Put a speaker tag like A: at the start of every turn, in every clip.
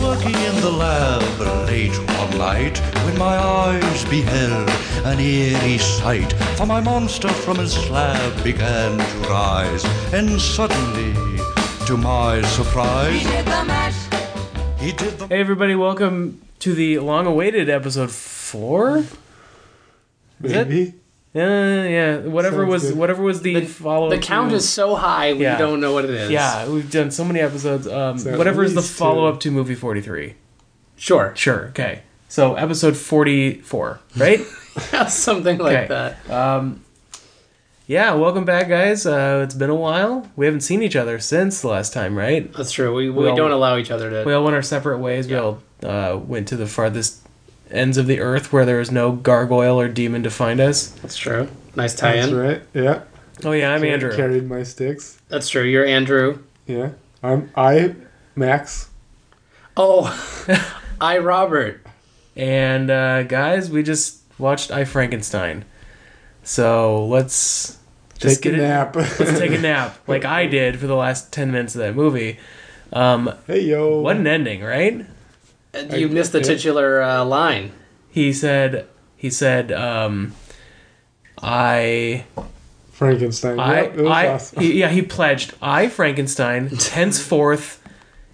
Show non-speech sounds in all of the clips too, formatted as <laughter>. A: the lab late one night when my eyes beheld an eerie sight. For my monster from his slab began to rise, and suddenly, to my surprise,
B: Did the mash.
A: he did the
C: Hey, everybody, welcome to the long awaited episode four? that-
D: Maybe.
C: Yeah, yeah, whatever
D: Sounds
C: was
D: good.
C: whatever was the, follow.
E: The count is so high we
C: Yeah.
E: don't know what it is.
C: yeah. We've done so many episodes. Um,
D: So at
C: whatever is the
D: least two.
C: follow up to movie forty three.
E: Sure. <laughs>
C: Sure. Okay. So episode forty four,
D: <laughs>
C: right?
E: Something like
C: Okay.
E: that.
C: um, yeah. Welcome back, guys. Uh, it's been a while. We haven't seen each other since the last time, right?
E: That's true. We, we,
C: We all-
E: don't allow each other to.
C: We all went our separate ways. We all uh, went to the farthest ends of the earth where there is no gargoyle or demon to find us.
E: that's true. Nice tie
D: That's
E: in. That's,
D: right. Yeah.
C: Oh yeah, I'm Andrew.
D: Carried my sticks.
E: true. You're Andrew.
D: Yeah. I'm I Max.
E: Oh, <laughs> I, Robert.
C: And uh, guys, we just watched I Frankenstein. So let's just
D: Take a
C: get it-
D: nap.
C: let's take a nap, like I did for the last ten minutes of that movie. Um,
D: <laughs> hey yo.
C: what an ending, right?
E: Uh, You missed the
D: yeah.
E: titular uh, line.
C: He said. He said. Um, I.
D: Frankenstein.
C: I.
D: Yep, it was
C: I.
D: awesome.
C: he- yeah, he pledged. I
D: <laughs>
C: Frankenstein, henceforth,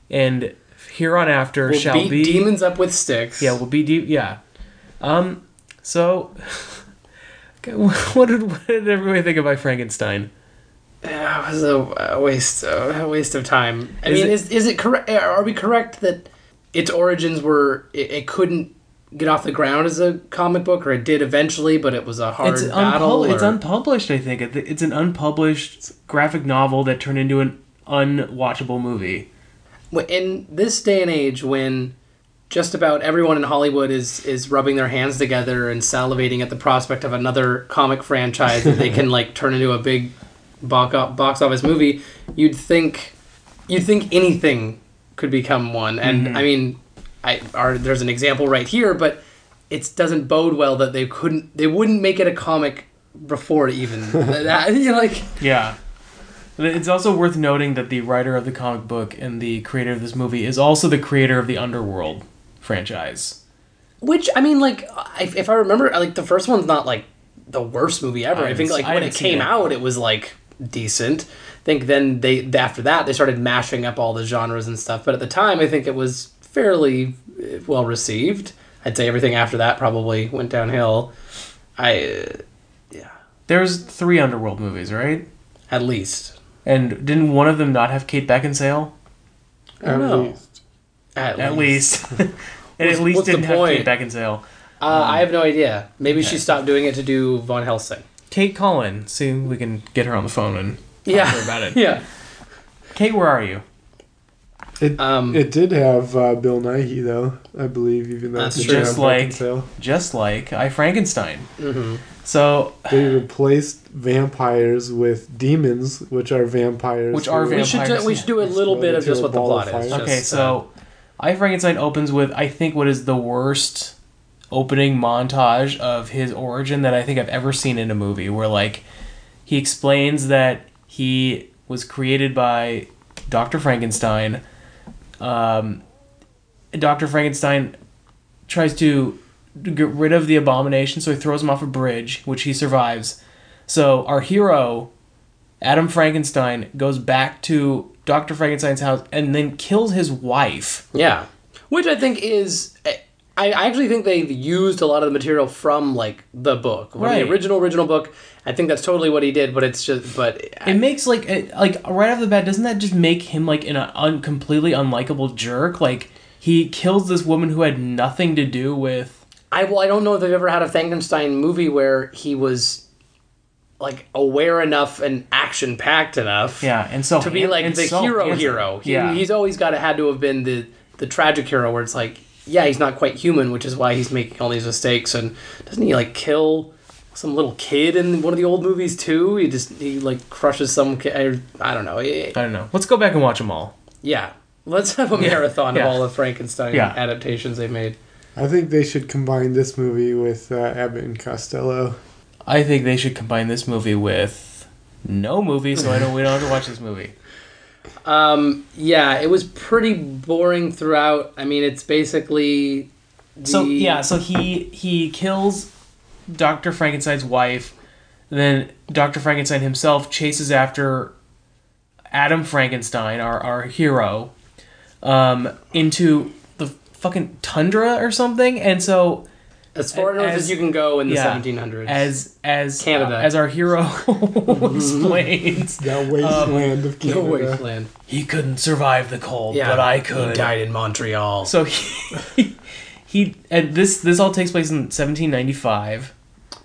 C: and here on after
E: We'll
C: shall
E: beat
C: be
E: demons up with sticks.
C: Yeah, we'll be deep. Yeah. Um. So, <laughs> what did what did everybody think about Frankenstein?
E: That was a a waste, a waste of time. I
C: Is
E: mean,
C: it-
E: is is it correct? eh, Are we correct that its origins were it, it couldn't get off the ground as a comic book, or it did eventually, but it was a hard
C: It's
E: battle?
C: unpub- It's
E: or-
C: unpublished. I think It- it's an unpublished graphic novel that turned into an unwatchable movie.
E: Wh- in this day and age when just about everyone in Hollywood is is rubbing their hands together and salivating at the prospect of another comic franchise that they can like turn into a big box o- box office movie, you'd think you'd think anything could become one. And I mean, I are there's an example right here, but it doesn't bode well that they couldn't they wouldn't make it a comic before it even that <laughs> you know, like
C: Yeah. It's also worth noting that the writer of the comic book and the creator of this movie is also the creator of the Underworld franchise.
E: Which I mean, like, if, if I remember, like the first one's not like the worst movie ever.
C: I
E: I, think
C: haven't-
E: like
C: I
E: when it
C: haven't seen
E: came
C: it.
E: out, it was like decent. I think then they after that they started mashing up all the genres and stuff. But at the time, I think it was fairly eh, well received. I'd say everything after that probably went downhill. I uh,
C: There's three Underworld movies, right?
E: at least
C: And didn't one of them not have Kate Beckinsale?
D: At
E: no.
D: least.
E: at,
C: At
E: least.
C: least. <laughs> and at least
E: what's the
C: didn't have Kate
E: point?
C: Beckinsale.
E: Uh, I have no idea. Maybe she stopped doing it to do Von Helsing.
C: Kate Collin. See, we can get her on the phone and
E: Yeah,
C: her about it.
E: <laughs> yeah.
C: Kate, where are you?
D: It,
E: Um,
D: it did have uh, Bill Nighy though, I believe, even though
E: That's
D: it didn't
E: true.
D: have
C: Just like-
D: Beckinsale.
C: Just like I Frankenstein. So,
D: they replaced vampires with demons, which are vampires.
C: Which are
D: who-
E: We
C: vampires.
E: should do, we should do a little bit of
D: Into a
E: just what the
D: ball
E: plot
D: of
E: is.
D: fire.
E: just, uh,
C: okay, so I Frankenstein opens with I think what is the worst opening montage of his origin that I think I've ever seen in a movie where like he explains that he was created by Dr. Frankenstein. Um, Dr. Frankenstein tries to get rid of the abomination, so he throws him off a bridge, which he survives. So our hero, Adam Frankenstein, goes back to Dr. Frankenstein's house and then kills his wife.
E: Yeah, which I think is. I I actually think they used a lot of the material from like the book, from
C: Right.
E: the original original book. I think that's totally what he did, but it's just but
C: It makes like it, like right off the bat, doesn't that just make him like an un, completely unlikable jerk? Like he kills this woman who had nothing to do with.
E: I well I don't know if they've ever had a Frankenstein movie where he was like aware enough and action packed enough.
C: Yeah, and so
E: to be like
C: and
E: the
C: so
E: hero
C: handsome.
E: hero. He,
C: yeah,
E: he's always got to had to have been the the tragic hero where it's like yeah he's not quite human which is why he's making all these mistakes and doesn't he like kill some little kid in one of the old movies too he just he like crushes some kid I don't know Eh,
C: I don't know. Let's go back and watch them all.
E: yeah let's have a marathon
C: yeah.
E: of all the Frankenstein
C: Yeah.
E: adaptations they made
D: I think they should combine this movie with uh, Abbott and
C: Um,
D: Costello.
C: I think they should combine this movie with no movie, so I don't we don't have to watch this movie.
E: Um, yeah, it was pretty boring throughout. I mean, it's basically the,
C: So yeah, so he he kills Dr. Frankenstein's wife. Then Dr. Frankenstein himself chases after Adam Frankenstein, our our hero, um, into the fucking tundra or something. And so
E: as far north
C: as-
E: as you can go in the
C: yeah,
E: 1700s.
C: as as uh,
E: Canada.
C: as our hero <laughs>
E: <laughs>
C: explains,
D: That wasteland of
E: no <laughs>
D: Canada.
E: wasteland.
C: he couldn't survive the cold,
E: Yeah,
C: but I
E: He
C: could.
E: died in Montreal.
C: So he, <laughs> he and this this all takes place in 1795.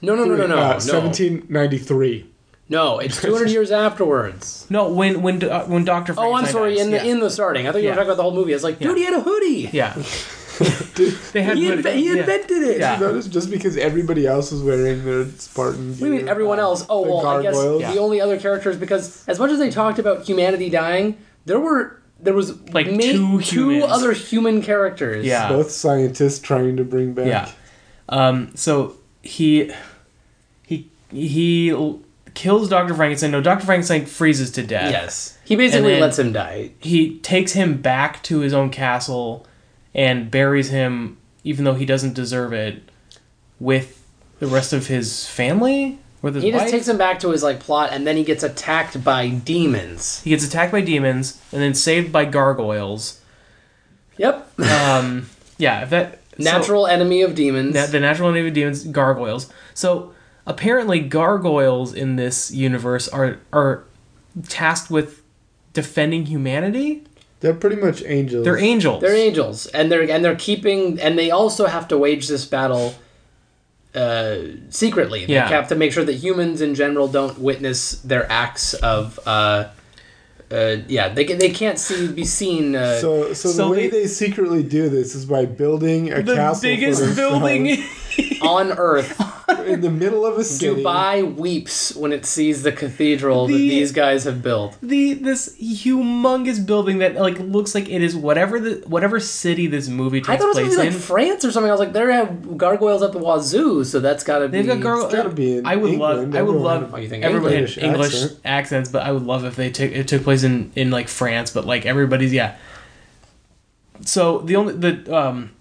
E: no, no, no, no, no,
D: Uh,
E: no.
D: 1793.
E: No, it's 200 years afterwards.
C: No, when when uh, when Doctor.
E: <laughs> Oh, I'm sorry. In the
C: yeah.
E: in the starting, I thought you
C: Yeah.
E: were talking about the whole movie. I was like, dude, he had a hoodie.
C: yeah. they had
E: He,
C: hood-
E: inve- he
C: yeah.
E: invented it.
C: Yeah.
D: Notice just because everybody else is wearing their Spartan.
E: We mean
D: gear,
E: everyone
D: uh,
E: else. Oh
D: the
E: well, I guess
D: gargoyles.
E: the only other characters because as much as they talked about humanity dying, there were there was
C: Like two humans.
E: other human characters.
C: Yeah.
D: Both scientists trying to bring back.
C: Yeah. Um, so he he he l- kills Doctor Frankenstein. No, Doctor Frankenstein freezes to death.
E: Yes. He
C: And
E: basically
C: then-
E: lets him die.
C: He takes him back to his own castle and buries him, even though he doesn't deserve it, with the rest of his family. With his
E: He just
C: wife?
E: takes him back to his like plot, and then he gets attacked by demons.
C: He gets attacked by demons and then saved by gargoyles. <laughs>
E: Yep.
C: Um, yeah, if that so-
E: Natural enemy of demons.
C: na- the natural enemy of demons, gargoyles. So apparently, gargoyles in this universe are are tasked with defending humanity.
D: They're pretty much angels.
C: They're angels.
E: they're angels, and they're and they're keeping, and they also have to wage this battle uh, secretly. They
C: Yeah.
E: have to make sure that humans in general don't witness their acts of. Uh, uh, yeah, they ca- they can't see be seen. Uh,
D: So, so,
C: So
D: the way
C: they-
D: they, secretly do this is by building a
C: the
D: castle. for
C: biggest
D: themselves
C: building.
E: <laughs> on Earth,
D: <laughs> in the middle of a city.
E: Dubai weeps when it sees the cathedral that
C: The-
E: these guys have built.
C: <laughs> the this humongous building that like looks like it is whatever the whatever city this movie takes
E: I thought it
C: place
E: was gonna
C: in.
E: be like France or something. I was like, they have gargoyles up the wazoo, so that's gotta
C: They've
E: be.
C: got gargoyles.
D: gotta be in
C: I would love.
D: England.
C: I would
D: Everyone
C: love.
D: had
E: a- Oh, you think
C: everybody had
D: English
C: English
D: accent?
C: accents, but I would love if they took it took place in in like France, but like everybody's yeah. So the only the um,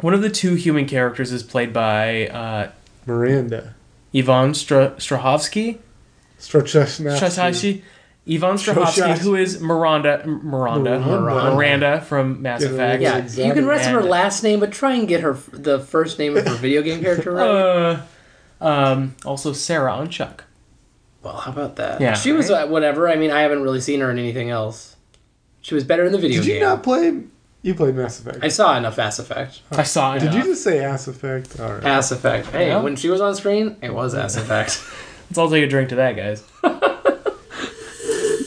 C: one of the two human characters is played by uh,
D: Miranda.
C: Ivan Stra- Strahovski,
D: Strachashna.
C: Shatashi, Ivan Strahovski,
D: Strashash-
C: who is Miranda, M- Miranda,
D: Miranda.
C: Miranda from Mass
D: Yeah,
C: Effect.
E: Yeah,
D: Exactly.
E: you can rest her
C: And-
E: last name, but try and get her f- the first name of her video game
C: <laughs>
E: character right.
C: Uh, um, also Sarah Onchuk.
E: well, how about that?
C: Yeah.
E: she was uh, whatever. I mean, I haven't really seen her in anything else. She was better in the video
D: Did you
E: game.
D: not play? You played Mass Effect.
E: I saw enough Ass Effect.
C: I saw it.
D: Did you just say Ass Effect? All right.
E: Ass Effect. Hey,
C: Yeah.
E: when she was on screen, it was Ass Effect. <laughs>
C: Let's all take a drink to that, guys.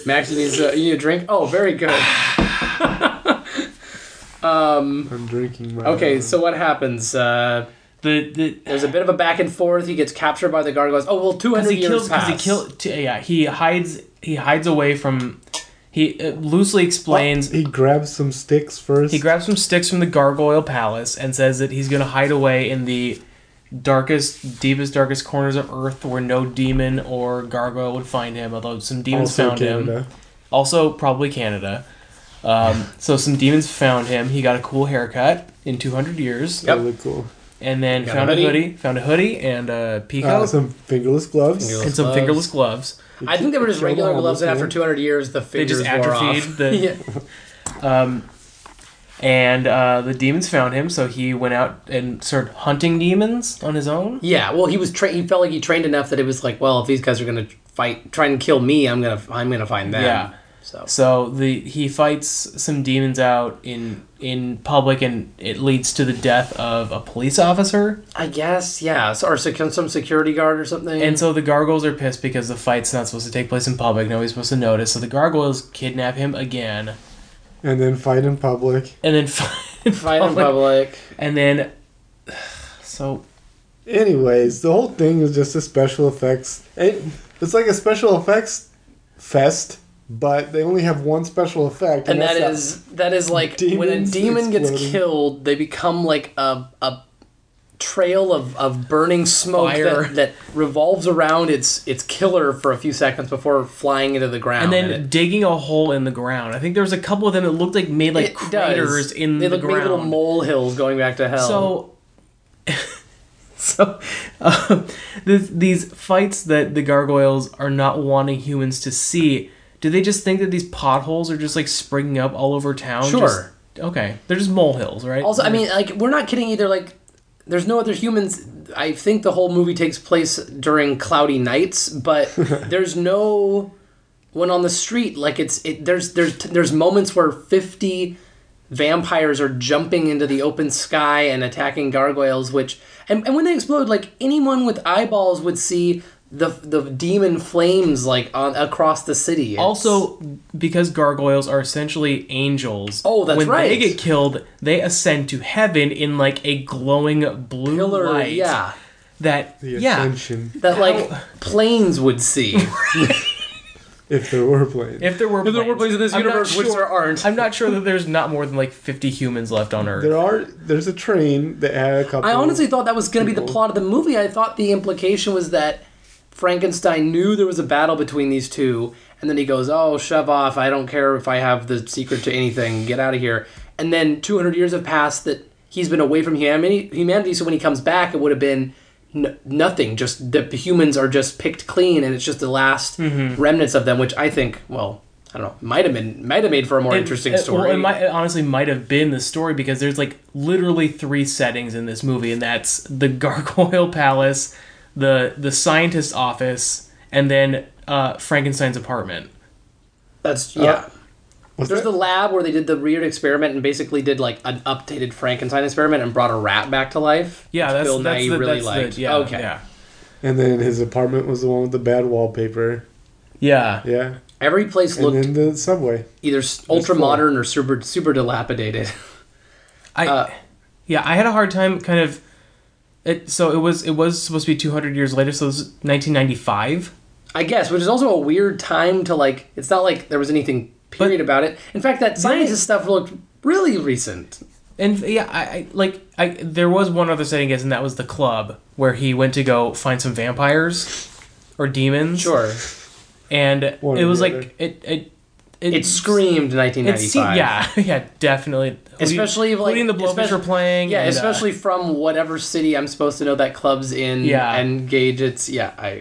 E: Max, you need, uh, you need a drink. Oh,
D: <sighs>
E: very good. um.
D: I'm drinking my.
E: Okay, so what happens? Uh,
C: The the
E: there's a bit of a back and forth. He gets captured by the gargoyles. Oh well, two
C: because
E: hundred
C: he
E: years
C: kills because
E: pass.
C: he killed t- yeah he hides he hides away from he uh, loosely explains
D: He grabs some sticks first.
C: he grabs some sticks from the gargoyle palace and says that he's going to hide away in the darkest deepest darkest corners of earth where no demon or gargoyle would find him although some demons
D: also
C: found him
D: Canada.
C: also probably canada um, so some demons found him he got a cool haircut in 200 years
E: Yep.
D: Really cool.
C: and then
E: Got a
C: found a hoodie.
E: hoodie.
C: found a hoodie and a
D: Uh,
C: peacoat
D: some fingerless gloves.
E: Fingerless
C: and some
E: gloves.
C: fingerless gloves
E: I think they were just
D: Show
E: regular
D: them,
E: gloves, and
D: okay.
E: after 200 years, the
C: They
E: fingers
C: just
E: wore
C: atrophied
E: off.
C: the-
E: <laughs> Yeah.
C: Um, and uh, the demons found him, so he went out and started hunting demons on his own.
E: yeah, well, he was tra- he felt like he trained enough that it was like, well, if these guys are gonna fight, try and kill me, I'm gonna I'm gonna find them.
C: Yeah.
E: So
C: So the he fights some demons out in in public, and it leads to the death of a police officer.
E: I guess yeah, so, or sec- some security guard or something.
C: And so the gargoyles are pissed because the fight's not supposed to take place in public. Nobody's supposed to notice. So the gargoyles kidnap him again,
D: And then fight in public.
C: and then <laughs> fight in
E: fight in
C: public.
E: public.
C: <laughs> And then, <sighs> so
D: Anyways, the whole thing is just a special effects. It, it's like a special effects fest, but they only have one special effect,
E: And that
D: that's
E: is that is like when a
D: Demons
E: demon gets
D: exploding.
E: killed, they become like a a trail of, of burning smoke
C: Fire.
E: that, that revolves around its its killer for a few seconds before flying into the ground.
C: and then
E: it-
C: digging a hole in the ground. I think there was a couple of them that looked like made like
E: it does.
C: craters in
E: they
C: the
E: look made little
C: ground.
E: mole hills going back to hell.
C: So, <laughs> so um, this, these fights that the gargoyles are not wanting humans to see, do they just think that these potholes are just like springing up all over town?
E: Sure.
C: Just- okay, they're just molehills, right?
E: Also, I mean, like, we're not kidding either. Like, there's no other humans. I think the whole movie takes place during cloudy
C: <laughs>
E: nights, but there's no one on the street. Like, it's it, there's there's there's moments where fifty vampires are jumping into the open sky and attacking gargoyles. Which and, and when they explode, like anyone with eyeballs would see the the demon flames like on across the city. It's-
C: Also, because gargoyles are essentially angels.
E: Oh, that's
C: when they
E: right.
C: get killed, they ascend to heaven in like a glowing blue
E: Killer,
C: light.
E: yeah,
C: That
D: The
C: yeah.
D: ascension,
E: that like planes would see.
D: if there were planes.
C: If there were
E: If there were planes in this
C: I'm not
E: universe, which there aren't.
C: I'm not sure that there's not more than like 50 humans left on Earth.
D: there are, there's a train that had a couple.
E: I honestly thought that was going to be the
D: people.
E: plot of the movie. I thought the implication was that Frankenstein knew there was a battle between these two, and then he goes, "Oh, shove off! I don't care if I have the secret to anything. Get out of here." And then 200 years have passed that he's been away from humanity. Humanity. So when he comes back, it would have been n- nothing. Just the humans are just picked clean, and it's just the last
C: Mm-hmm.
E: remnants of them. Which I think, well, I don't know, might have been might have made for a more
C: It-
E: interesting
C: it-
E: story.
C: uh, Well, it, might, it honestly might have been the story because there's like literally three settings in this movie, and that's the Gargoyle <laughs> Palace, the the scientist office, and then uh, Frankenstein's apartment.
E: That's yeah.
D: Was
E: There's
D: that-
E: the lab where they did the weird experiment and basically did like an updated Frankenstein experiment and brought a rat back to life.
C: Yeah,
E: which
C: that's
E: Bill
C: that's
E: Nighy
C: the,
E: really
C: that's
E: liked.
C: the yeah
E: okay,
C: yeah
D: and then his apartment was the one with the bad wallpaper.
C: yeah.
D: Yeah.
E: every place
D: And
E: looked
D: then the subway.
E: either
D: four.
E: ultra modern or super super dilapidated.
C: I
E: Uh,
C: yeah I had a hard time kind of it. So it was it was supposed to be 200 years later, so it was 1995.
E: I guess, which is also a weird time to like. It's not like there was anything period about it. In fact, that scientist stuff looked really recent.
C: And yeah, I, I like I there was one other setting, I guess, and that was the club where he went to go find some vampires or demons.
E: Sure,
C: And
D: One or
C: it was
D: the
C: like
D: other.
C: it it
E: it screamed 1995.
C: it seemed- yeah <laughs> yeah definitely
E: Especially, like,
C: including the blowfish
E: especially-
C: were playing
E: Yeah,
C: and, uh,
E: especially from whatever city I'm supposed to know that club's in.
C: Yeah.
E: and gauge its. Yeah, I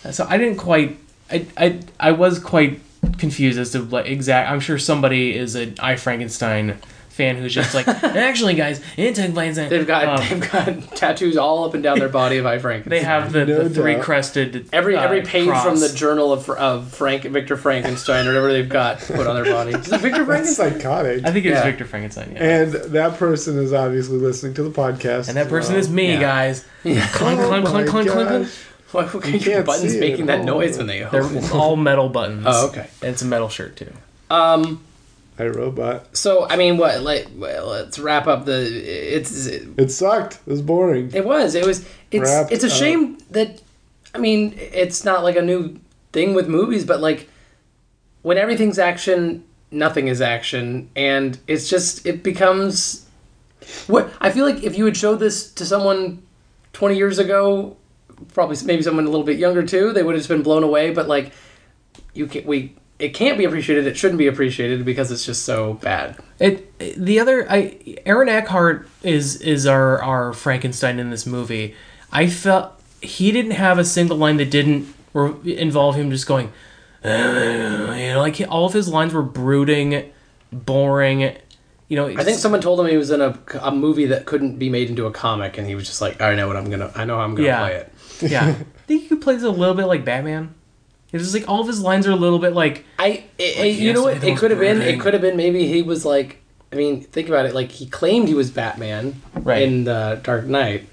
E: yeah.
C: so I didn't quite I I I was quite confused as to like exact. I'm sure somebody is an I Frankenstein fan who's just
E: <laughs>
C: like actually guys it took place in-"
E: They've got
C: Um,
E: <laughs> they've got tattoos all up and down their body of I Frankenstein.
C: they have the,
D: No
C: the three
D: doubt.
C: crested
E: every
C: uh,
E: every page
C: cross.
E: from the Journal of, of Frank Victor Frankenstein or whatever they've got put on their body. Is
C: <laughs>
E: it Victor
D: That's
E: Frankenstein?
D: psychotic.
C: I think it was
E: Yeah.
C: Victor Frankenstein. Yeah.
D: and that person is obviously listening to the podcast.
C: And that person is me,
E: uh, Yeah.
C: guys. Clunk,
D: Oh
C: clunk, clunk,
D: my
C: clunk, clunk, clunk.
D: gosh.
E: Why were
D: You
E: your
D: can't
E: buttons
D: see it
E: making
D: at
E: that
D: all.
E: noise when they open?
C: They're all metal buttons.
E: Oh, okay.
C: And it's a metal shirt too.
E: Um.
D: I robot.
E: So I mean, what? Like, well, let's wrap up the. It's it,
D: It sucked. It was boring.
E: was it was it's
D: Wrapped
E: it's a
D: up.
E: shame that I mean it's not like a new thing with movies, but like when everything's action, nothing is action, and it's just it becomes what I feel like if you had showed this to someone 20 years ago, probably maybe someone a little bit younger too, they would have just been blown away. But like, you can we it can't be appreciated. It shouldn't be appreciated because it's just so bad.
C: It the other I Aaron Eckhart is is our our Frankenstein in this movie. I felt he didn't have a single line that didn't re- involve him just going, <sighs> "Ugh," you know, like he- all of his lines were brooding, boring. You know,
E: I think someone told him he was in a, a movie that couldn't be made into a comic, and he was just like, "I know what I'm gonna, I know how I'm gonna
C: Yeah.
E: play it." <laughs>
C: yeah. I think he could play this a little bit like Batman. It's just like all of his lines are a little bit like
E: I, it, it- you
C: yes,
E: know what?
C: that
E: It
C: was
E: could have been. It
C: brilliant.
E: could have been. Maybe he was like. I mean, think about it. Like he claimed he was Batman
C: Right.
E: in the Dark Knight.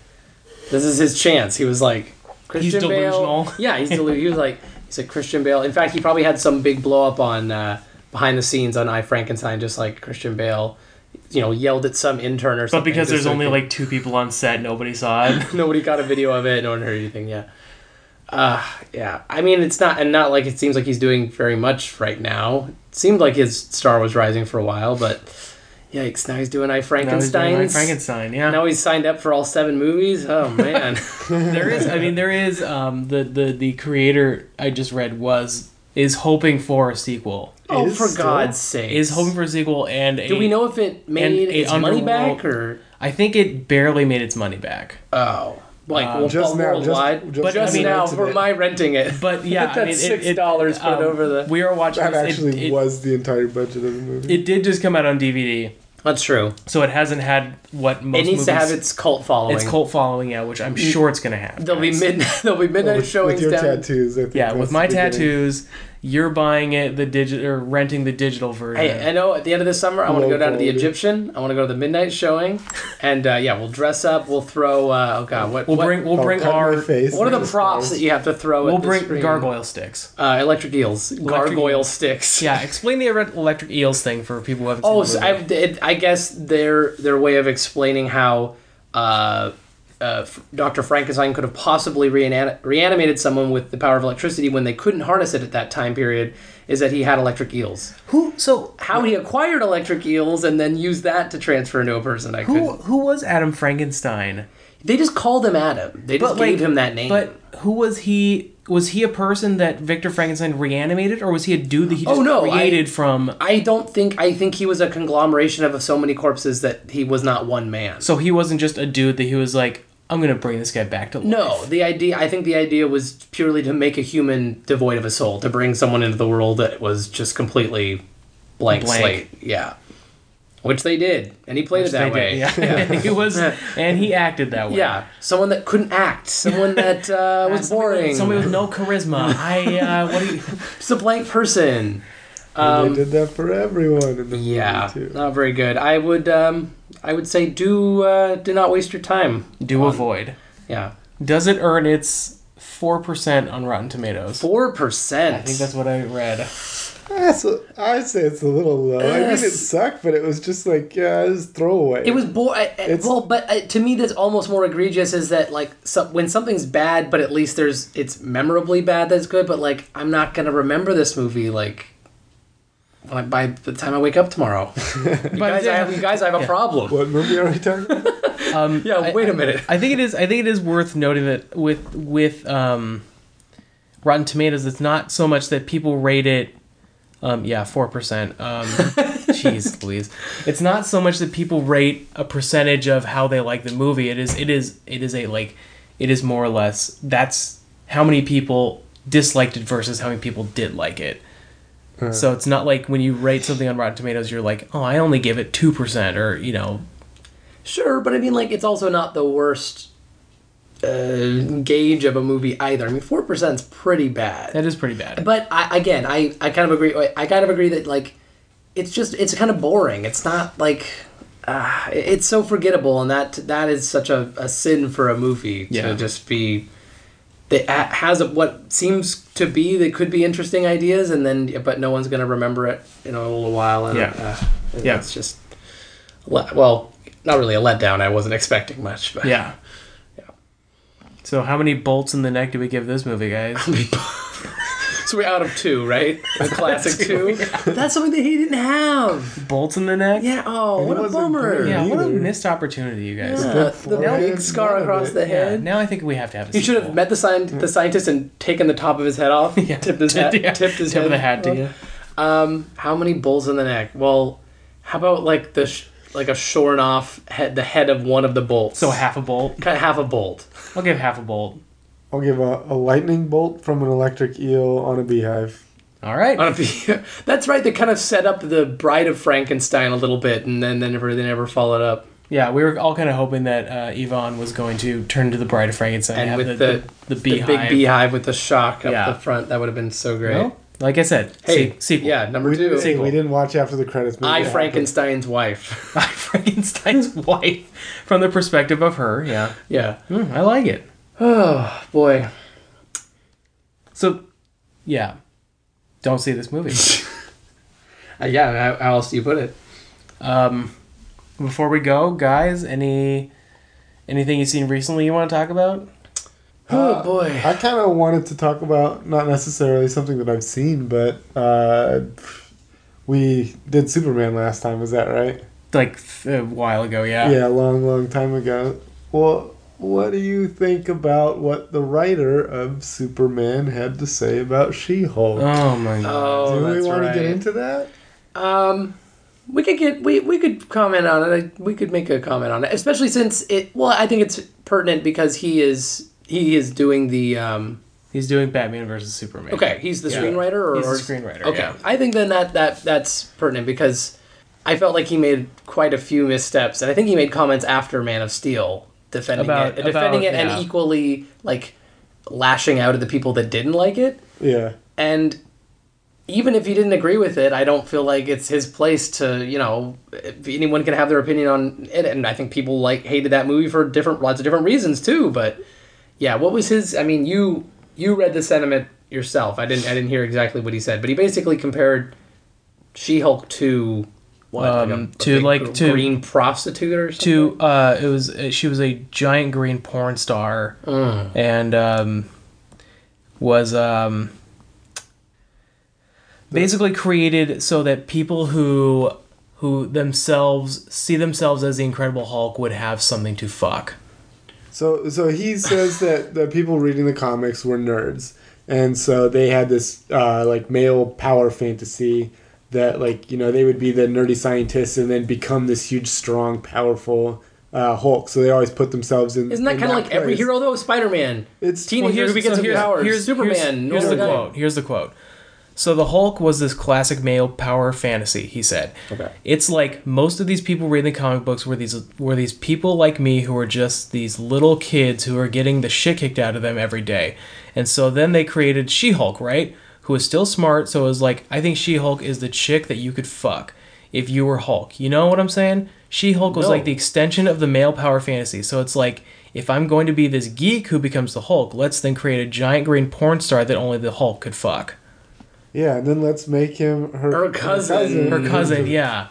E: This is his chance. He was like Christian
C: delusional.
E: Bale.
C: <laughs>
E: Yeah, he's delusional. he was like he's like Christian Bale. In fact, he probably had some big blow up on uh, behind the scenes on I Frankenstein, just like Christian Bale. You know, yelled at some intern or
C: But
E: something.
C: because
E: just
C: there's
E: so he
C: only
E: could-
C: like two people on set, nobody saw it.
E: <laughs> nobody got a video of it. No one heard anything. Yeah. Uh, yeah. I mean, it's not and not like it seems like he's doing very much right now. It seemed like his star was rising for a while, but Yikes! Now he's doing
C: Now
E: I
C: he's doing like
E: Frankenstein's.
C: Frankenstein, yeah.
E: Now he's signed up for all seven movies.
C: <laughs>
E: Oh man.
C: there is <laughs> i mean there is um the the the creator i just read was is hoping for a sequel
E: oh,
D: Is
E: for
D: still-
E: God's sake.
C: is hoping for a sequel and a,
E: Do we know if it made
C: and a
E: its money
C: underworld-
E: back or?
C: i think it barely made its money back
E: Oh, like well,
D: Just now, just-
E: worldwide.
D: just
E: but
C: Uh, now
E: just
C: we
E: now
D: rented
E: for
D: it.
E: my renting it.
C: but
E: <laughs>
C: yeah
E: that's
C: I mean, it-
E: six
C: it-
E: dollars put
C: um,
E: over the.
C: we are watching
D: That
C: this, it-
D: actually
C: it,
D: was the entire budget of the movie.
C: it did just come out on dvd
E: That's true.
C: so it hasn't had what most
E: It needs to
C: movies-
E: have its cult following. Mm.
C: its cult following yeah which i'm sure it's gonna have
E: There'll be
C: guys.
E: midnight. <laughs> There'll be midnight
D: with,
E: showings
D: with your
E: down.
D: tattoos, I think
C: yeah
D: that's
C: with my
D: the beginning.
C: tattoos you're buying it the digit or renting the digital version
E: Hey, I know at the end of this summer, I want to go down to the
D: Local.
E: Egyptian. I want to go to the midnight showing, and uh, yeah, we'll dress up. We'll throw. Uh, oh God, what?
C: we'll
E: what,
C: bring we'll
D: I'll
C: bring
D: cut my
C: our
D: face
E: What are the
D: with
E: props that
D: scars.
E: you have to throw?
C: we'll
E: at the
C: bring
E: screen?
C: gargoyle sticks
E: Uh, electric eels. gargoyle sticks.
C: Yeah, explain the ere- electric eels thing for people who haven't
E: <laughs> Oh,
C: seen
E: so
C: the
E: I,
C: movie.
E: it, I guess their their way of explaining how uh, uh, Doctor Frankenstein could have possibly reanima- reanimated someone with the power of electricity when they couldn't harness it at that time period is that he had electric eels.
C: who? So
E: How he acquired electric eels and then used that to transfer into a person, I
C: who?
E: couldn't.
C: Who was Adam Frankenstein?
E: They just called him Adam. They just
C: But, like,
E: gave him that name.
C: But who was he? Was he a person that Victor Frankenstein reanimated, or was he a dude that he just
E: Oh, no, I-
C: created from?
E: I don't think. I think he was a conglomeration of so many corpses that he was not one man.
C: So he wasn't just a dude that he was like, I'm gonna bring this guy back to life.
E: No, the idea. I think the idea was purely to make a human devoid of a soul, to bring someone into the world that was just completely blank,
C: Blank.
E: slate. Yeah, which they did, and he played
C: Which
E: it that
C: they
E: way.
C: did, Yeah, <laughs> And he was, and he acted that way.
E: Yeah, someone that couldn't act, someone
C: <laughs>
E: that uh, was
C: Somebody-
E: boring,
C: Somebody with no charisma. I uh, what do <laughs> you?
E: just a blank person.
D: And they did that for everyone in the
E: Yeah,
D: movie too.
E: not very good. I would, um, I would say, do uh, do not waste your time.
C: Do avoid.
E: Yeah,
C: Does it earn its four percent on Rotten Tomatoes?
E: four percent.
C: I think that's what I read.
D: That's a, I'd say it's a little low. I mean, it
E: Yes.
D: sucked, but it was just like yeah, it was throwaway.
E: It was bo- I, I,
D: It's-
E: well, but uh, to me, that's almost more egregious. Is that like so, when something's bad, but at least there's it's memorably bad that's good. But like, I'm not gonna remember this movie like by- by the time I wake
D: <laughs>
E: up tomorrow. you,
C: By the
E: guys, I
C: time-
E: have, you guys, I have a problem.
D: What movie are we talking? about?
C: Um,
E: Yeah,
C: I-
E: wait a minute.
C: I think it is. I think it is worth noting that with with um, Rotten Tomatoes, it's not so much that people rate it. Um, yeah, four percent. Um, jeez, Louise. It's not so much that people rate a percentage of how they like the movie. It is. It is. It is a like. It is more or less. That's how many people disliked it versus how many people did like it. So it's not like when you rate something on Rotten Tomatoes, you're like, oh, I only give it two percent, or you know,
E: Sure, but I mean, like, it's also not the worst uh, gauge of a movie either. I mean, four percent's pretty bad.
C: that is pretty bad.
E: But I, again, I, I kind of agree. I kind of agree that like, it's just it's kind of boring. It's not like, uh, it's so forgettable, and that that is such a, a sin for a movie
C: Yeah.
E: to just be. That ha- has what seems to be that could be interesting ideas, and then but no one's going to remember it in a little while. And,
C: Yeah.
E: uh,
C: Yeah.
E: it's just le- well, not really a letdown. I wasn't expecting much, but
C: Yeah. So how many bolts in the neck do we give this movie, guys?
E: <laughs> so we're out of two,
C: <laughs>
E: right? A classic two. That's something that he didn't have.
C: bolts in the neck?
E: Yeah. Oh, what a
D: wasn't
E: bummer.
D: great.
C: Yeah, what a
D: Neither.
C: missed opportunity, you guys.
E: Yeah,
C: Yeah.
D: Good
E: the
D: forehead,
E: big scar
D: none of
E: across
D: it.
E: the head.
C: Now I think we have to have a
E: You should have
C: sequel.
E: met the, scien- the scientist and taken the top of his head
C: <laughs>
E: off.
C: Yeah.
E: Tipped his hat.
C: Yeah.
E: Tipped his
C: Tip
E: head.
C: of the hat to
E: off.
C: you.
E: Um, how many bulls in the neck? Well, how about like the sh- like a shorn off head, the head of one of the bolts.
C: So half a bolt.
E: kind of half a <laughs> bolt.
C: I'll give half a bolt.
D: I'll give a, a lightning bolt from an electric eel on a beehive.
C: All right.
E: On a be- <laughs> That's right. They kind of set up the Bride of Frankenstein a little bit, and then they never they never followed up.
C: yeah, we were all kind of hoping that uh, Yvonne was going to turn to the Bride of Frankenstein
E: And
C: have
E: with
C: the, the, the,
E: The big
C: beehive.
E: beehive with the shock up
C: Yeah.
E: the front. That would have been so great.
C: No? Like I said,
E: Hey,
C: se- sequel.
E: yeah, number
D: We
E: two.
D: didn't, hey, we didn't watch after the credits. Maybe
E: I
D: it happened.
E: Frankenstein's
C: <laughs>
E: wife. <laughs>
C: Frankenstein's wife from the perspective of her. Yeah.
E: yeah.
C: Hmm, I like it.
E: Oh boy.
C: So, yeah. Don't see this movie.
E: Uh, yeah. How, how else do you put it?
C: Um, before we go, guys, any anything you've seen recently you want to talk about?
E: Oh boy.
D: I kind of wanted to talk about not necessarily something that I've seen, but uh, we did Superman last time. Is that right?
C: like th- a while ago. Yeah.
D: Yeah, a long, long time ago. Well, what do you think about what the writer of Superman had to say about She Hulk?
C: Oh my god.
E: Oh,
D: do we
E: that's
D: want
E: right.
D: to get into that?
E: Um, we could get we we could comment on it. I- We could make a comment on it, especially since it. Well, I think it's pertinent because he is he is doing the um.
C: He's doing Batman versus Superman.
E: Okay, he's the
C: Yeah.
E: screenwriter, or
C: He's the
E: or-
C: screenwriter,
E: Okay,
C: yeah.
E: I think then that that that's pertinent because I felt like he made quite a few missteps, and I think he made comments after Man of Steel defending
C: About-
E: it, defending
C: about-
E: it,
C: yeah.
E: and equally like lashing out at the people that didn't like it.
D: Yeah.
E: And even if you didn't agree with it, I don't feel like it's his place to, you know, if anyone can have their opinion on it. And I think people like hated that movie for different, lots of different reasons too. But yeah, what was his? I mean, you you read the sentiment yourself. I didn't I didn't hear exactly what he said, but he basically compared She-Hulk to what
C: Um,
E: a- a
C: to,
E: big
C: like,
E: gr-
C: to-
E: green prostitute or something?
C: To uh, it was uh, she was a giant green porn star, and um, was um, basically created so that people who who themselves see themselves as the Incredible Hulk would have something to fuck.
D: So so he says that the people reading the comics were nerds, and so they had this uh, like male power fantasy that like you know they would be the nerdy scientists and then become this huge, strong, powerful uh, Hulk. So they always put themselves in.
E: Isn't that
D: in
E: kind of like every
D: place.
E: hero though? Spider-Man,
D: It's-
E: teenager
D: Well,
E: who gets
C: so
E: his powers, Superman,
C: Here's,
E: normal
C: here's the
E: guy.
C: quote. Here's the quote. So the Hulk was this classic male power fantasy, he said.
E: Okay.
C: It's like most of these people reading the comic books were these were these people like me who are just these little kids who are getting the shit kicked out of them every day. And so then they created She-Hulk, right? Who is still smart, so it was like, I think She-Hulk is the chick that you could fuck if you were Hulk. You know what I'm saying? She-Hulk was
E: No.
C: like the extension of the male power fantasy. So it's like if I'm going to be this geek who becomes the Hulk, let's then create a giant green porn star that only the Hulk could fuck.
D: Yeah, and then let's make him her,
E: Her cousin.
C: Her cousin, yeah. Um,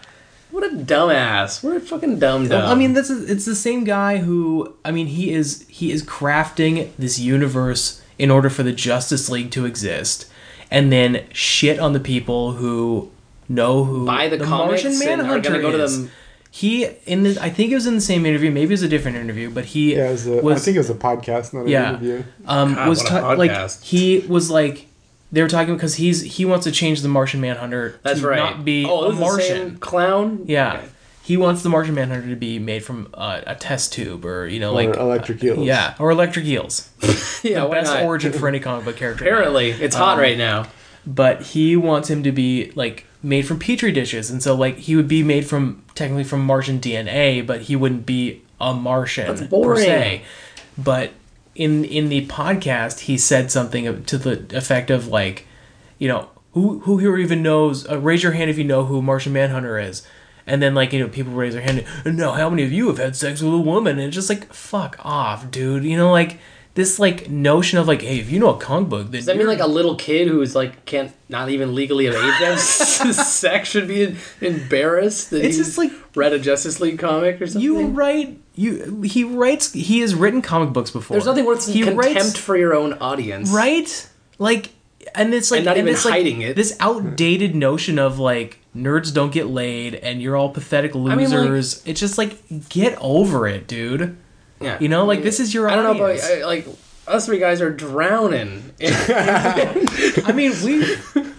E: What a dumbass! What a fucking dumb dumb.
C: I mean, this is it's the same guy who I mean, he is he is crafting this universe in order for the Justice League to exist, and then shit on the people who know who
E: Buy the comics and are gonna go to
C: is.
E: them-
C: He in the I think it was in the same interview, maybe it was a different interview, but he
D: Yeah, it was a, I think it was a podcast, not an
C: yeah.
D: interview.
C: Um,
E: God,
C: was
E: what a
C: ta- like
E: podcast.
C: he was like they were talking because he's he wants to change the Martian Manhunter
E: That's
C: to
E: right.
C: not be
E: oh,
C: a
E: this is the same
C: Martian.
E: clown.
C: Yeah.
E: Okay.
C: He wants the Martian Manhunter to be made from uh, a test tube or, you know,
D: Or
C: like. uh,
D: electric eels.
C: yeah, or electric eels.
E: <laughs> yeah. why
C: Best
E: not?
C: origin Um, for any comic book character.
E: Apparently, it's hot right now.
C: But he wants him to be, like, made from petri dishes. And so, like, he would be made from, technically from Martian DNA, but he wouldn't be a Martian. That's
E: boring.
C: But in in the podcast, he said something to the effect of, like, you know, who who here even knows? Uh, raise your hand if you know who Martian Manhunter is. And then like you know people raise their hand. No, how many of you have had sex with a woman? And it's just like fuck off, dude. You know like this like notion of like hey if you know a comic book then
E: Does that mean
C: you're-
E: like a little kid who's like can't not even legally of age
C: <laughs>
E: have <laughs> sex should be en- embarrassed that
C: It's
E: he's
C: just like-
E: read a Justice League comic or something?
C: you write you he writes he has written comic books before.
E: There's nothing worse than
C: he
E: contempt
C: writes-
E: for your own audience,
C: right? Like, and it's like
E: And not even
C: this, like,
E: hiding it.
C: This outdated notion of like nerds don't get laid and you're all pathetic
E: mean, like-
C: losers. it's just like get over it, dude.
E: Yeah.
C: You know, like this is your.
E: I don't know, but
C: audience.
E: I, like us three guys are drowning.
C: <laughs>
E: yeah,
C: I mean, we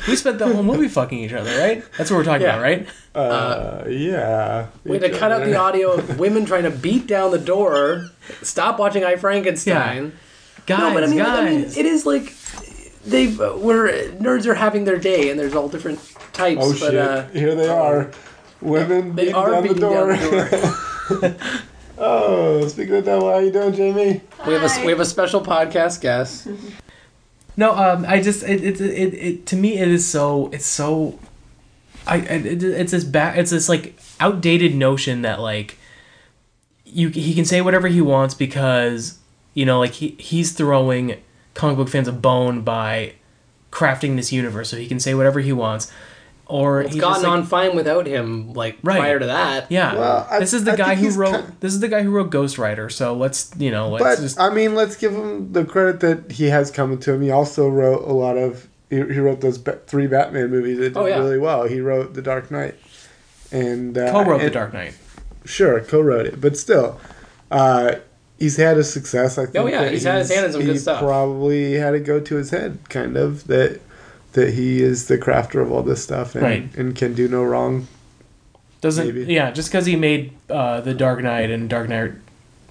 C: we spent the whole movie fucking each other, right? That's what we're talking
E: Yeah.
C: about, right?
D: Uh, yeah.
E: we had to cut out the audio of women trying to beat down the door. Stop watching I Frankenstein.
C: Guys,
E: No, but I mean,
C: guys.
E: I mean, it is like they were nerds are having their day, and there's all different types.
D: Oh
E: but
D: shit!
E: Uh,
D: Here they are, women
E: they
D: beating
E: are
D: down the
E: beating
D: door.
E: down the door.
D: <laughs> oh, speaking of that, how you doing, Jamie? <laughs>
E: we have a we have a special podcast guest.
C: No, um, I just it it, it it to me it is so it's so, I it, it- it's this back it's this like outdated notion that like, you he can say whatever he wants because you know like he he's throwing comic book fans a bone by crafting this universe so he can say whatever he wants, or
E: It's
C: he
E: gotten
C: just, like-
E: on fine without him. Like
C: Right.
E: prior to that,
C: Yeah,
D: Well, I-
C: this is the
D: I
C: guy
D: think
C: who
D: he's
C: wrote
D: kin-
C: this is the guy who wrote Ghost Rider. So let's you know let's
D: But uh,
C: just
D: I mean, let's give him the credit that he has coming to him. He also wrote a lot of. He, he wrote those ba- three Batman movies that did
E: Oh, yeah.
D: really well. He wrote The Dark Knight, and uh,
C: Co-wrote The
D: and-
C: Dark Knight.
D: Sure, co-wrote it, but still, uh, he's had a success. I think.
E: Oh, yeah,
D: that
E: he's had his hand in some good
D: he
E: stuff.
D: Probably had it go to his head, kind of that that he is the crafter of all this stuff and
C: Right.
D: and can do no wrong.
C: Doesn't
D: Maybe.
C: yeah? Just because he made uh, The Dark Knight and Dark Knight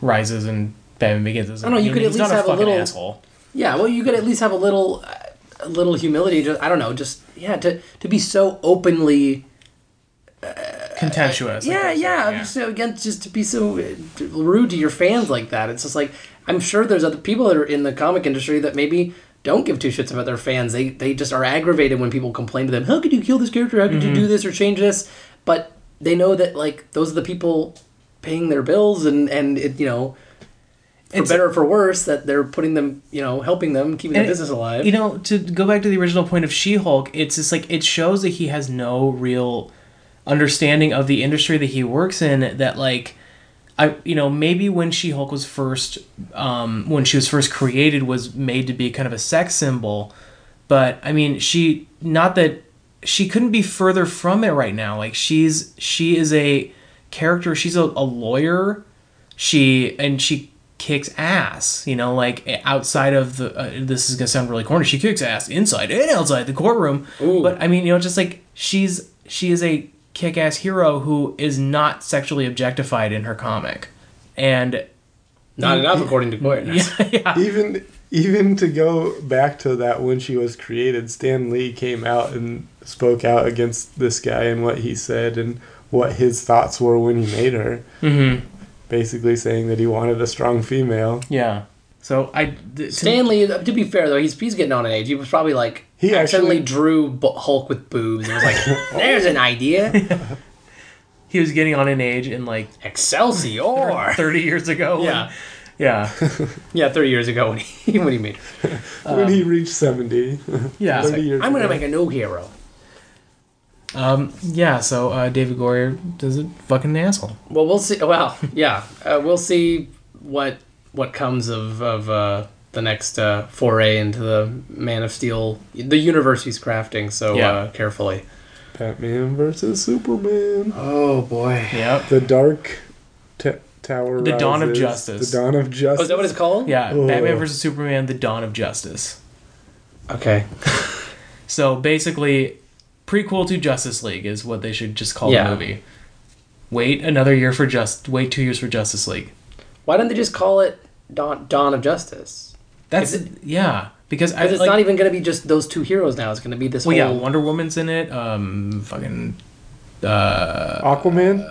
C: Rises and Batman Begins doesn't
E: I don't know, you
C: mean
E: could at
C: he's
E: least
C: not
E: have a
C: fucking
E: little-
C: asshole.
E: Yeah, well, you could at least have a little, uh, a little humility. Just I don't know, just yeah, to to be so openly,
C: Contemptuous. I
E: yeah,
C: guess.
E: yeah, So again, just to be so uh, rude to your fans like that. It's just like I'm sure there's other people that are in the comic industry that maybe don't give two shits about their fans. They they just are aggravated when people complain to them. How could you kill this character? How could you
C: Mm-hmm.
E: do this or change this? But they know that like those are the people paying their bills and and it, you know. For
C: It's-
E: better or for worse, that they're putting them, you know, helping them, keeping
C: And
E: their
C: it-
E: business alive.
C: You know, to go back to the original point of She-Hulk, it's just like it shows that he has no real understanding of the industry that he works in. That like, I you know maybe when She-Hulk was first, um, when she was first created, was made to be kind of a sex symbol. But I mean, she not that she couldn't be further from it right now. Like she's she is a character. She's a, a lawyer she and she kicks ass you know like outside of the uh, this is gonna sound really corny she kicks ass inside and outside the courtroom but i mean you know just like she's she is a kick-ass hero who is not sexually objectified in her comic and <laughs>
E: Not enough, according to Boyer.
D: Even even to go back to that when she was created, Stan Lee came out and spoke out against this guy and what he said and what his thoughts were when he made her.
C: Mhm.
E: Mm-hmm.
D: Basically, saying that he wanted a strong female.
C: yeah so i th- to-
E: Stanley, to be fair though, he's he's getting on in age. He was probably like
D: He
E: accidentally
D: actually-
E: drew bu- Hulk with boobs and
D: <laughs>
E: was like, "There's an idea,
C: he was getting on in age in like
E: Excelsior!"
C: 30 years
D: <laughs>
C: ago when-
E: Yeah,
C: yeah <laughs>
E: yeah, thirty years ago when he <laughs> when he made.
D: when
E: Uh.
D: he reached seventy, <laughs>
C: yeah
D: thirty years.
E: I'm gonna
D: ago.
E: make a new hero.
C: um yeah so uh david goyer is a fucking asshole
E: Well, we'll see. Well, yeah, uh, we'll see what what comes of of uh, the next uh, foray into the Man of Steel, the universe he's crafting. So
C: Yeah.
E: uh, carefully.
D: Batman versus Superman.
E: Oh boy.
C: yep
D: The Dark t- Tower.
C: The Dawn of
D: Rises.
C: Justice.
D: The Dawn of
E: Oh,
D: Justice.
E: is that what it's called?
C: Yeah,
D: Ugh.
C: Batman vs Superman: The Dawn of Justice.
E: Okay.
C: So basically, prequel to Justice League is what they should just call
E: Yeah.
C: the movie. Wait another year for just wait two years for Justice League.
E: Why don't they just call it Dawn, Dawn of Justice?
C: That's yeah, because I,
E: Because it's
C: like,
E: not even going to be just those two heroes now. It's going to be this
C: well, yeah,
E: whole.
C: Wonder Woman's in it. Um, fucking
D: Aquaman?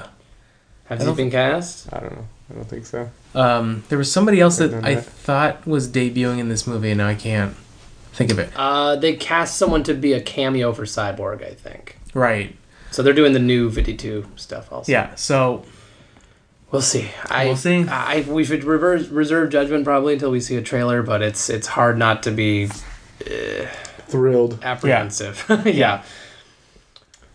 E: Has
C: I
E: he
C: don't
E: been cast?
D: I don't know. I don't think so.
C: um, there was somebody else that
D: Wait a
C: I
D: minute.
C: thought was debuting in this movie, and now I can't think of it.
E: Uh, they cast someone to be a cameo for Cyborg, I think.
C: Right?
E: So they're doing the new 52 stuff also.
C: Yeah. So
E: We'll see. I,
C: We'll see.
E: I, we should reverse, reserve judgment probably until we see a trailer, but it's it's hard not to be
D: Thrilled.
E: apprehensive. <laughs> Yeah.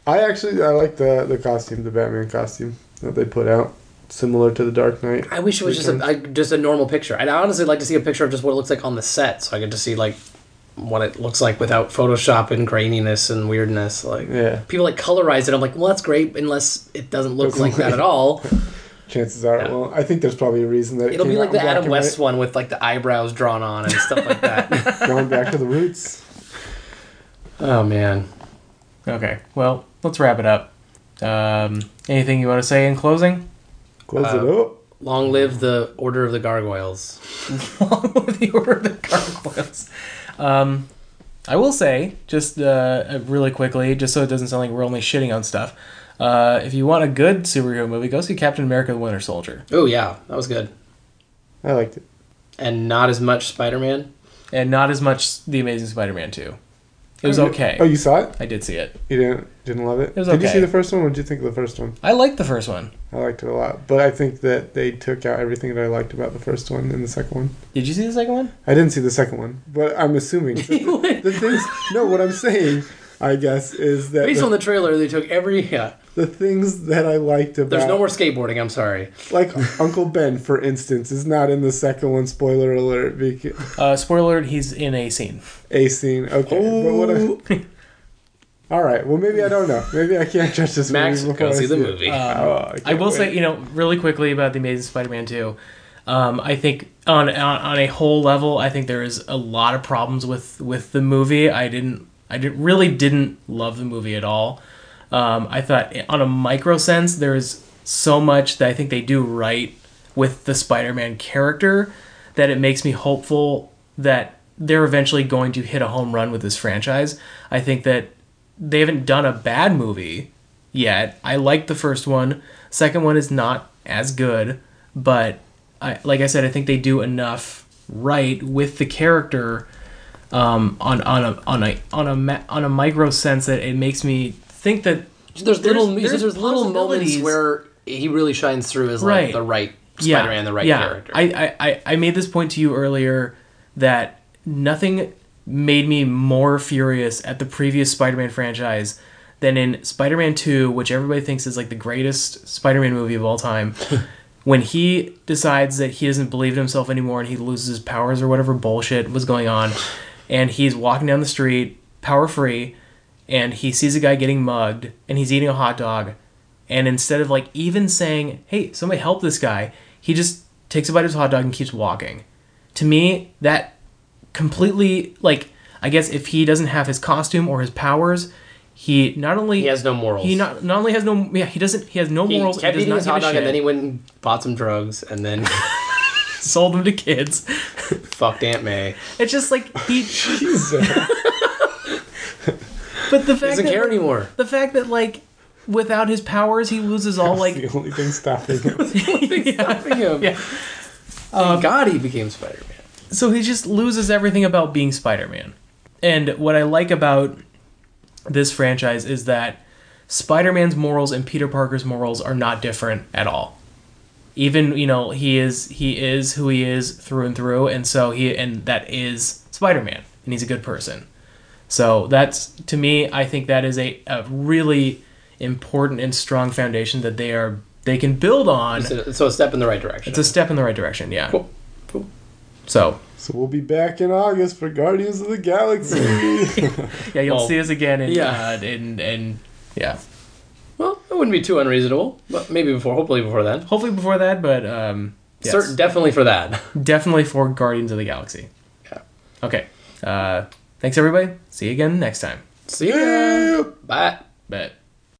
D: I actually I like the the costume, the Batman costume that they put out, similar to the Dark Knight.
E: I wish it was just a, I, just a normal picture. I'd honestly like to see a picture of just what it looks like on the set so I could just see like what it looks like without Photoshop and graininess and weirdness. Like,
D: Yeah,
E: people like colorize it. I'm like, well, that's great, unless it doesn't look
D: Doesn't
E: like that
D: look-
C: <laughs>
E: at all.
D: chances are.
E: Yeah.
D: Well, I think there's probably a reason that it
E: It'll
D: came
E: be
D: out
E: like
D: in
E: the
D: black
E: Adam
D: and
E: West
D: white,
E: one with like the eyebrows drawn on and stuff like that.
C: <laughs>
D: going back to the
E: <laughs>
D: roots.
E: oh man,
C: okay. Well, let's wrap it up. Um, anything you want to say in closing?
D: Close it
E: Uh,
D: up.
E: long live the Order of the Gargoyles.
C: <laughs> along with the Order of the Gargoyles. Um, I will say, just uh, really quickly, just so it doesn't sound like we're only shitting on stuff, uh, if you want a good superhero movie, go see Captain America the Winter Soldier.
E: Oh yeah, that was good.
D: I liked it.
E: And not as much Spider-Man.
C: And not as much The Amazing Spider Man 2. It was
D: Oh,
C: okay.
D: you saw it?
C: I did see it.
D: You didn't didn't love it?
C: was
D: Did you
C: okay.
D: see the first one? What did you think of the first one?
C: I liked the first one.
D: I liked it a lot, but I think that they took out everything that I liked about the first one and the second one.
C: Did you see the second one?
D: I didn't see the second one, but I'm
E: <laughs>
D: assuming the, the things. No, what I'm saying, I guess, is that
E: Based on
D: the,
E: the trailer, they took every. <laughs> Yeah,
D: the things that I liked about,
E: there's no more skateboarding. I'm sorry.
D: like Uncle Ben, for instance, is not in the second one. Spoiler alert! Because,
C: Uh, spoiler alert, he's in a scene. <laughs>
D: a scene. Okay, but what I, All right. Well, maybe I don't know. Maybe I can't judge this
E: Max,
D: movie.
E: go
D: before I
E: see the
D: it.
E: movie.
C: Uh,
D: Oh, I,
C: Um, I
D: can't
C: will
D: wait. <laughs>
C: say, you know, really quickly about the Amazing Spider-Man two. Um, I think on, on on a whole level, I think there is a lot of problems with with the movie. I didn't, I didn't really didn't love the movie at all. Um, I thought on a micro sense, there is so much that I think they do right with the Spider-Man character that it makes me hopeful that they're eventually going to hit a home run with this franchise. I think that they haven't done a bad movie yet. I liked the first one. Second one is not as good, but I, like I said, I think they do enough right with the character um, on on a on a on a ma- on a micro sense that it makes me think that
E: there's little
C: there's-
E: there's, there's,
C: there's
E: little moments
C: possibilities.
E: where he really shines through as
C: Right.
E: like the right Spider-Man, the right character.
C: I, I, I, I made this point to you earlier that nothing made me more furious at the previous Spider-Man franchise than in Spider-Man 2, which everybody thinks is like the greatest Spider-Man movie of all
E: <laughs>
C: time. when he decides that he doesn't believe in himself anymore and he loses his powers or whatever bullshit was going on, and he's walking down the street, power free, and he sees a guy getting mugged and he's eating a hot dog and instead of like even saying, "Hey, somebody help this guy," he just takes a bite of his hot dog and keeps walking. To me, that completely like I guess if he doesn't have his costume or his powers, he not only
E: he has no morals.
C: he not not only has no yeah he doesn't he has no
E: He
C: morals. he
E: kept
C: does
E: eating
C: not
E: his hot
C: give a
E: dog and then he
C: shit,
E: went and bought some drugs
C: <laughs>
E: and then
C: sold them to kids.
E: fucked Aunt May.
C: It's just like he,
D: Jesus.
C: but the fact
E: Doesn't
C: that
E: care anymore.
C: <laughs> the fact that like without his powers he loses all
D: like
C: like
D: the only thing stopping him.
E: Fucking him.
C: Yeah. Um,
E: Thank God he became Spider-Man.
C: so he just loses everything about being Spider-Man. And what I like about this franchise is that Spider-Man's morals and Peter Parker's morals are not different at all. Even, you know, he is he is who he is through and through and so he and that is Spider-Man and he's a good person. So that's to me I think that is a, a really important and strong foundation that they are they can build on.
E: It's a- So a step in the right direction.
C: It's a step in the right direction, yeah.
E: Cool. Cool.
C: So,
D: So we'll be back in August for Guardians of the Galaxy.
C: Yeah, you'll
E: Well,
C: see us again in
E: yeah.
C: uh, in and yeah.
E: well, it wouldn't be too unreasonable, but maybe before, hopefully before then.
C: Hopefully before that, but um, yes.
E: Certain, definitely for that. <laughs>
C: definitely for Guardians of the Galaxy.
E: Yeah.
C: Okay. Uh, thanks everybody. See you again next time.
E: See ya. Bye.
C: But.